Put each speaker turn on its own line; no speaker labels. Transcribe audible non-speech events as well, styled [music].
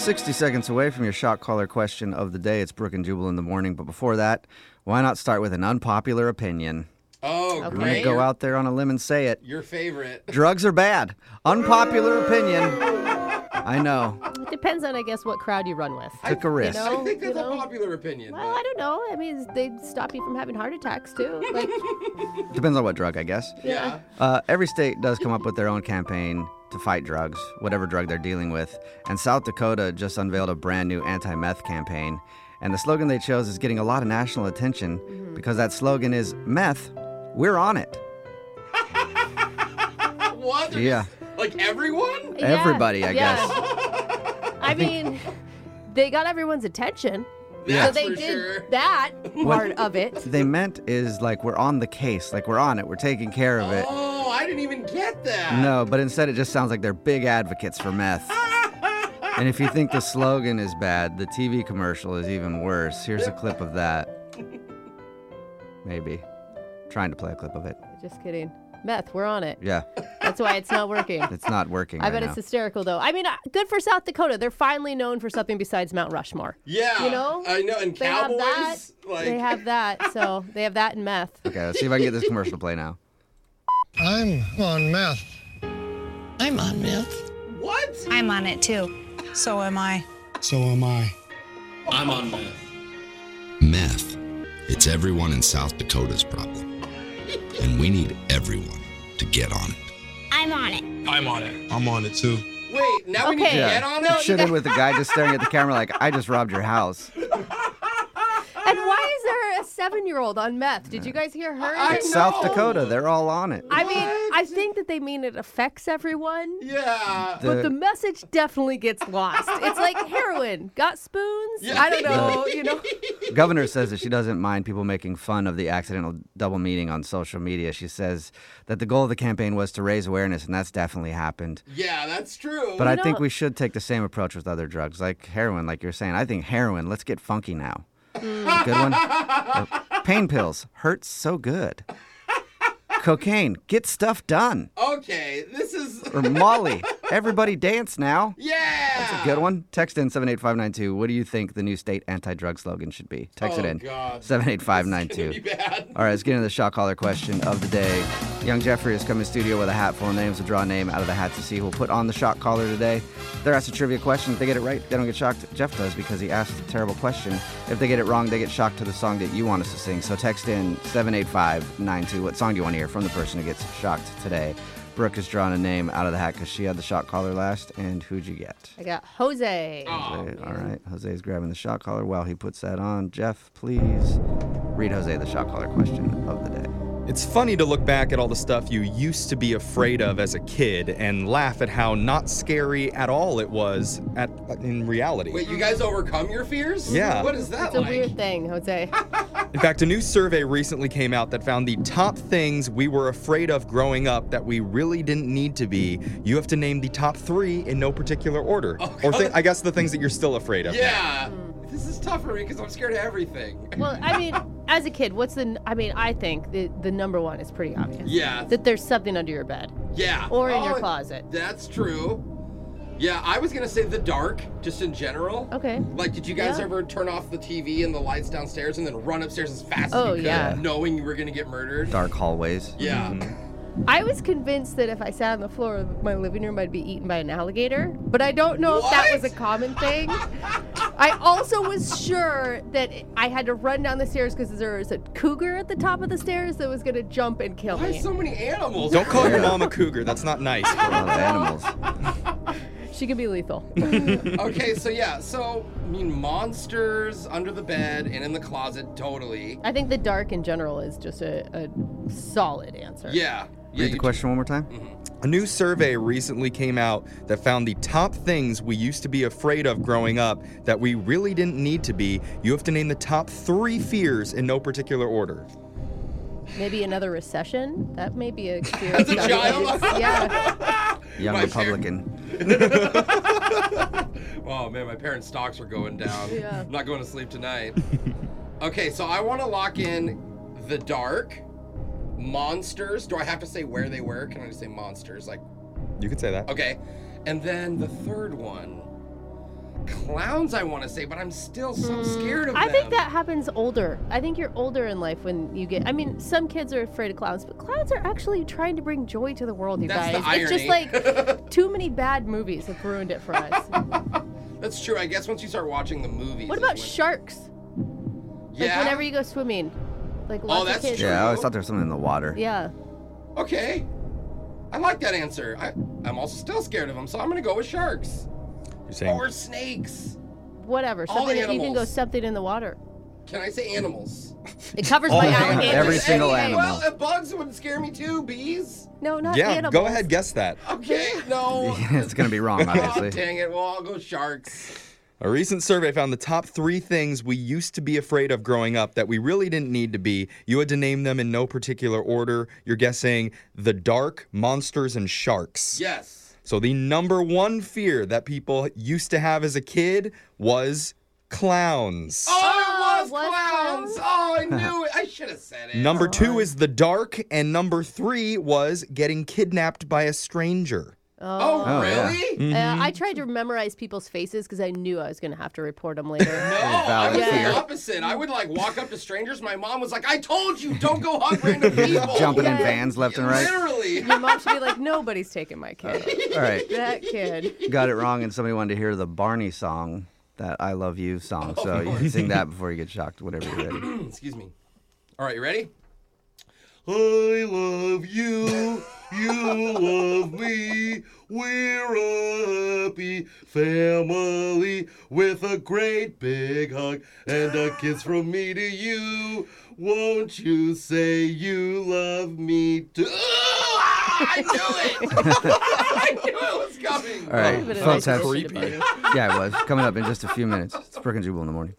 60 seconds away from your shot caller question of the day. It's Brook and Jubal in the morning. But before that, why not start with an unpopular opinion?
Oh,
I'm going
great.
to go out there on a limb and say it.
Your favorite. [laughs]
Drugs are bad. Unpopular opinion. I know.
It depends on, I guess, what crowd you run with.
Took a risk.
know?
I think that's
you know.
a popular opinion.
Well, I don't know. I mean, it's- they stop you from having heart attacks
[laughs]
too. Like,
Depends on what drug, I guess.
but- yeah.
Uh, every state does come up with their own campaign to fight drugs, whatever drug they're dealing with. And South Dakota just unveiled a brand new anti meth campaign. And the slogan they chose is getting a lot of national attention because that slogan is meth, we're on it.
[laughs] What? They're
Yeah.
just- like everyone?
yeah,
Everybody, I
yeah.
guess.
I mean, they got everyone's attention.
That's
so they
for
did
sure. [laughs]
that part of it.
They meant is like we're on the case, like we're on it, we're taking care of it.
Oh, I didn't even get that.
No, but instead it just sounds like they're big advocates for meth. and if you think the slogan is bad, the TV commercial is even worse. Here's a clip of that. Maybe. Trying to play a clip of it.
Just kidding. Meth, we're on it.
Yeah,
That's why it's
[laughs]
not working.
it's not working.
I
right
bet
now.
it's hysterical though. I mean, uh, good for South Dakota. They're finally known for something besides Mount Rushmore.
Yeah.
You know?
I know. And
They
cowboys.
have that.
Like,
They have that. So they have that
[laughs]
and meth.
Okay, let's see if I can get this commercial to play now.
I'm on meth.
I'm on meth.
what?
I'm on it too. So am I.
So am I.
I'm on meth. Meth. It's everyone in South Dakota's problem. And we need everyone to get on it.
I'm on it.
I'm on it.
I'm on it too.
Wait, now we need to
Okay. Yeah.
get on
it
it?
should end with the guy just staring at the camera like, I just robbed your house.
And why is there a seven-year-old on meth? Did you guys hear her?
I
It's South
know.
Dakota, they're all on it.
I mean, I think that they mean it affects everyone,
Yeah.
but the message definitely gets lost. It's like heroin. Got spoons?
Yeah.
I
[laughs]
[laughs]
don't know. You know,
governor says that she doesn't mind people making fun of the accidental double meeting on social media. She says that the goal of the campaign was to raise awareness, and that's definitely happened.
Yeah, that's true.
But I
know-
think we should take the same approach with other drugs, like heroin, like you're saying. I think heroin, let's get funky now.
Mm.
Good one.
[laughs]
Or pain pills, hurts so good. Cocaine, get stuff done.
okay, this is. [laughs]
Or Molly, everybody dance now.
Yeah.
That's a good one. Text in 78592. What do you think the new state anti drug slogan should be? Text it
Oh,
in.
God.
78592.
Pretty bad.
All right, let's get into the shot caller question of the day. Young Jeffrey has come in studio with a hat full of names to draw a name out of the hat to see who'll put on the shot caller today. They're asked a trivia question. If they get it right, they don't get shocked. Jeff does because he asked a terrible question. If they get it wrong, they get shocked to the song that you want us to sing. So text in 78592. What song do you want to hear from the person who gets shocked today? Brooke has drawn a name out of the hat because she had the shot caller last. And who'd you get?
I got Jose.
Jose, all right, Jose's grabbing the shot collar while he puts that on. Jeff, please read Jose the shot collar question of the day.
It's funny to look back at all the stuff you used to be afraid of as a kid and laugh at how not scary at all it was at in reality.
Wait, you guys overcome your fears?
Yeah.
What is that
It's a
like?
weird thing, Jose.
In fact, a new survey recently came out that found the top things we were afraid of growing up that we really didn't need to be. You have to name the top 3 in no particular order. or th- I guess the things that you're still afraid of. now.
Oh, Yeah.
Mm.
This is tough for me because I'm scared of everything. [laughs]
Well, I mean, as a kid, what's the? n- I mean, I think the the number one is pretty obvious.
Yeah.
That there's something under your bed
yeah.
or in your
Oh,
closet.
That's true. Yeah, I was gonna say the dark, just in general.
Okay.
Like, did you guys
Yeah.
ever turn off the TV and the lights downstairs and then run upstairs as fast as
Oh,
you could,
yeah.
knowing you were gonna get murdered?
Dark hallways.
Yeah.
Mm-hmm.
I was convinced that if I sat on the floor of my living room, I'd be eaten by an alligator, but I don't know if that was a common thing. I also was sure that I had to run down the stairs because there was a cougar at the top of the stairs that was going to jump and kill
Why
me.
so many animals?
Don't call your mom a cougar. That's not nice.
A lot of
[laughs]
animals.
She could be lethal.
okay, so yeah, so I mean monsters under the bed and in the closet, totally.
I think the dark in general is just a, a solid answer.
Yeah. Yeah,
Read the
you- Mm-hmm.
question one more time.
A new survey recently came out that found the top things we used to be afraid of growing up that we really didn't need to be. You have to name the top three fears in no particular order.
Maybe another recession. That may
[laughs]
be a fear.
As a
of
child?
others. yeah.
Young
My
Republican.
Oh man, my parents' stocks are going down.
[laughs] Yeah.
I'm not going to sleep tonight. [laughs] okay, so I want to lock in the dark, monsters. Do I have to say where they were? Can I just say monsters? Like,
You could say that.
okay. And then the third one, clowns I want to say, but I'm still so scared of
Hmm. I
them.
think that happens older. I think you're older in life when you get. I mean, some kids are afraid of clowns, but clowns are actually trying to bring joy to the world, you
That's the
guys. It's just
irony.
like too many bad movies have ruined it for
[laughs]
us.
That's true. I guess once you start watching the movies.
what
is
about
when-
sharks? Like
Yeah. Oh,
whenever you go swimming, like lots
that's
of kids.
true.
Yeah, I always thought there was something in the water.
Yeah.
Okay. I like that answer. I, I'm also still scared of them, so I'm gonna go with sharks
You're saying
or snakes.
Whatever.
All
Something that you can go
animals.
something in the water.
Can I say animals?
It covers
All
my
animals.
alligators.
Every single
Hey,
animal.
Well, uh, bugs would scare me too. Bees.
No, not
yeah,
animals.
go ahead, guess that.
Okay.
[laughs]
No.
[laughs] it's gonna be
[laughs]
wrong,
oh,
obviously.
dang it. Well, I'll go sharks.
A recent survey found the top three things we used to be afraid of growing up that we really didn't need to be. You had to name them in no particular order. You're guessing the dark, monsters, and sharks.
Yes.
So, the number one fear that people used to have as a kid was clowns.
Oh, it was,
was
clowns.
clowns?
Oh, I knew it. I should have said it.
Number two is the dark, and number three was getting kidnapped by a stranger.
Oh,
Oh, yeah.
really?
Uh, I tried to memorize people's faces because I knew I was going to have to report them later.
[laughs] No, I was
valid
fear.
the opposite. I would like walk up to strangers. My mom was like, "I told you, don't go
[laughs]
hug random people."
Jumping in
Yeah.
vans left and
[laughs]
right.
Literally. [clears throat]
Your mom should be like, nobody's taking
[laughs]
my kid.
All right,
that kid.
got it wrong, and somebody wanted to hear the Barney song, that "I Love You" song.
Oh,
so you can sing that before you get shocked, whenever you're
[laughs]
ready.
Excuse me. All right,
[laughs]
you ready? I love you. You love me. We're a happy family with a great big hug and a kiss from me to you. Won't you say you love me too? Ah, I knew it! [laughs] I knew it was coming.
All right,
Would've been a
phone
nice
test.
addition to Barney.
Yeah, it was coming up in just a few minutes. It's Brooke and Jubal in the morning.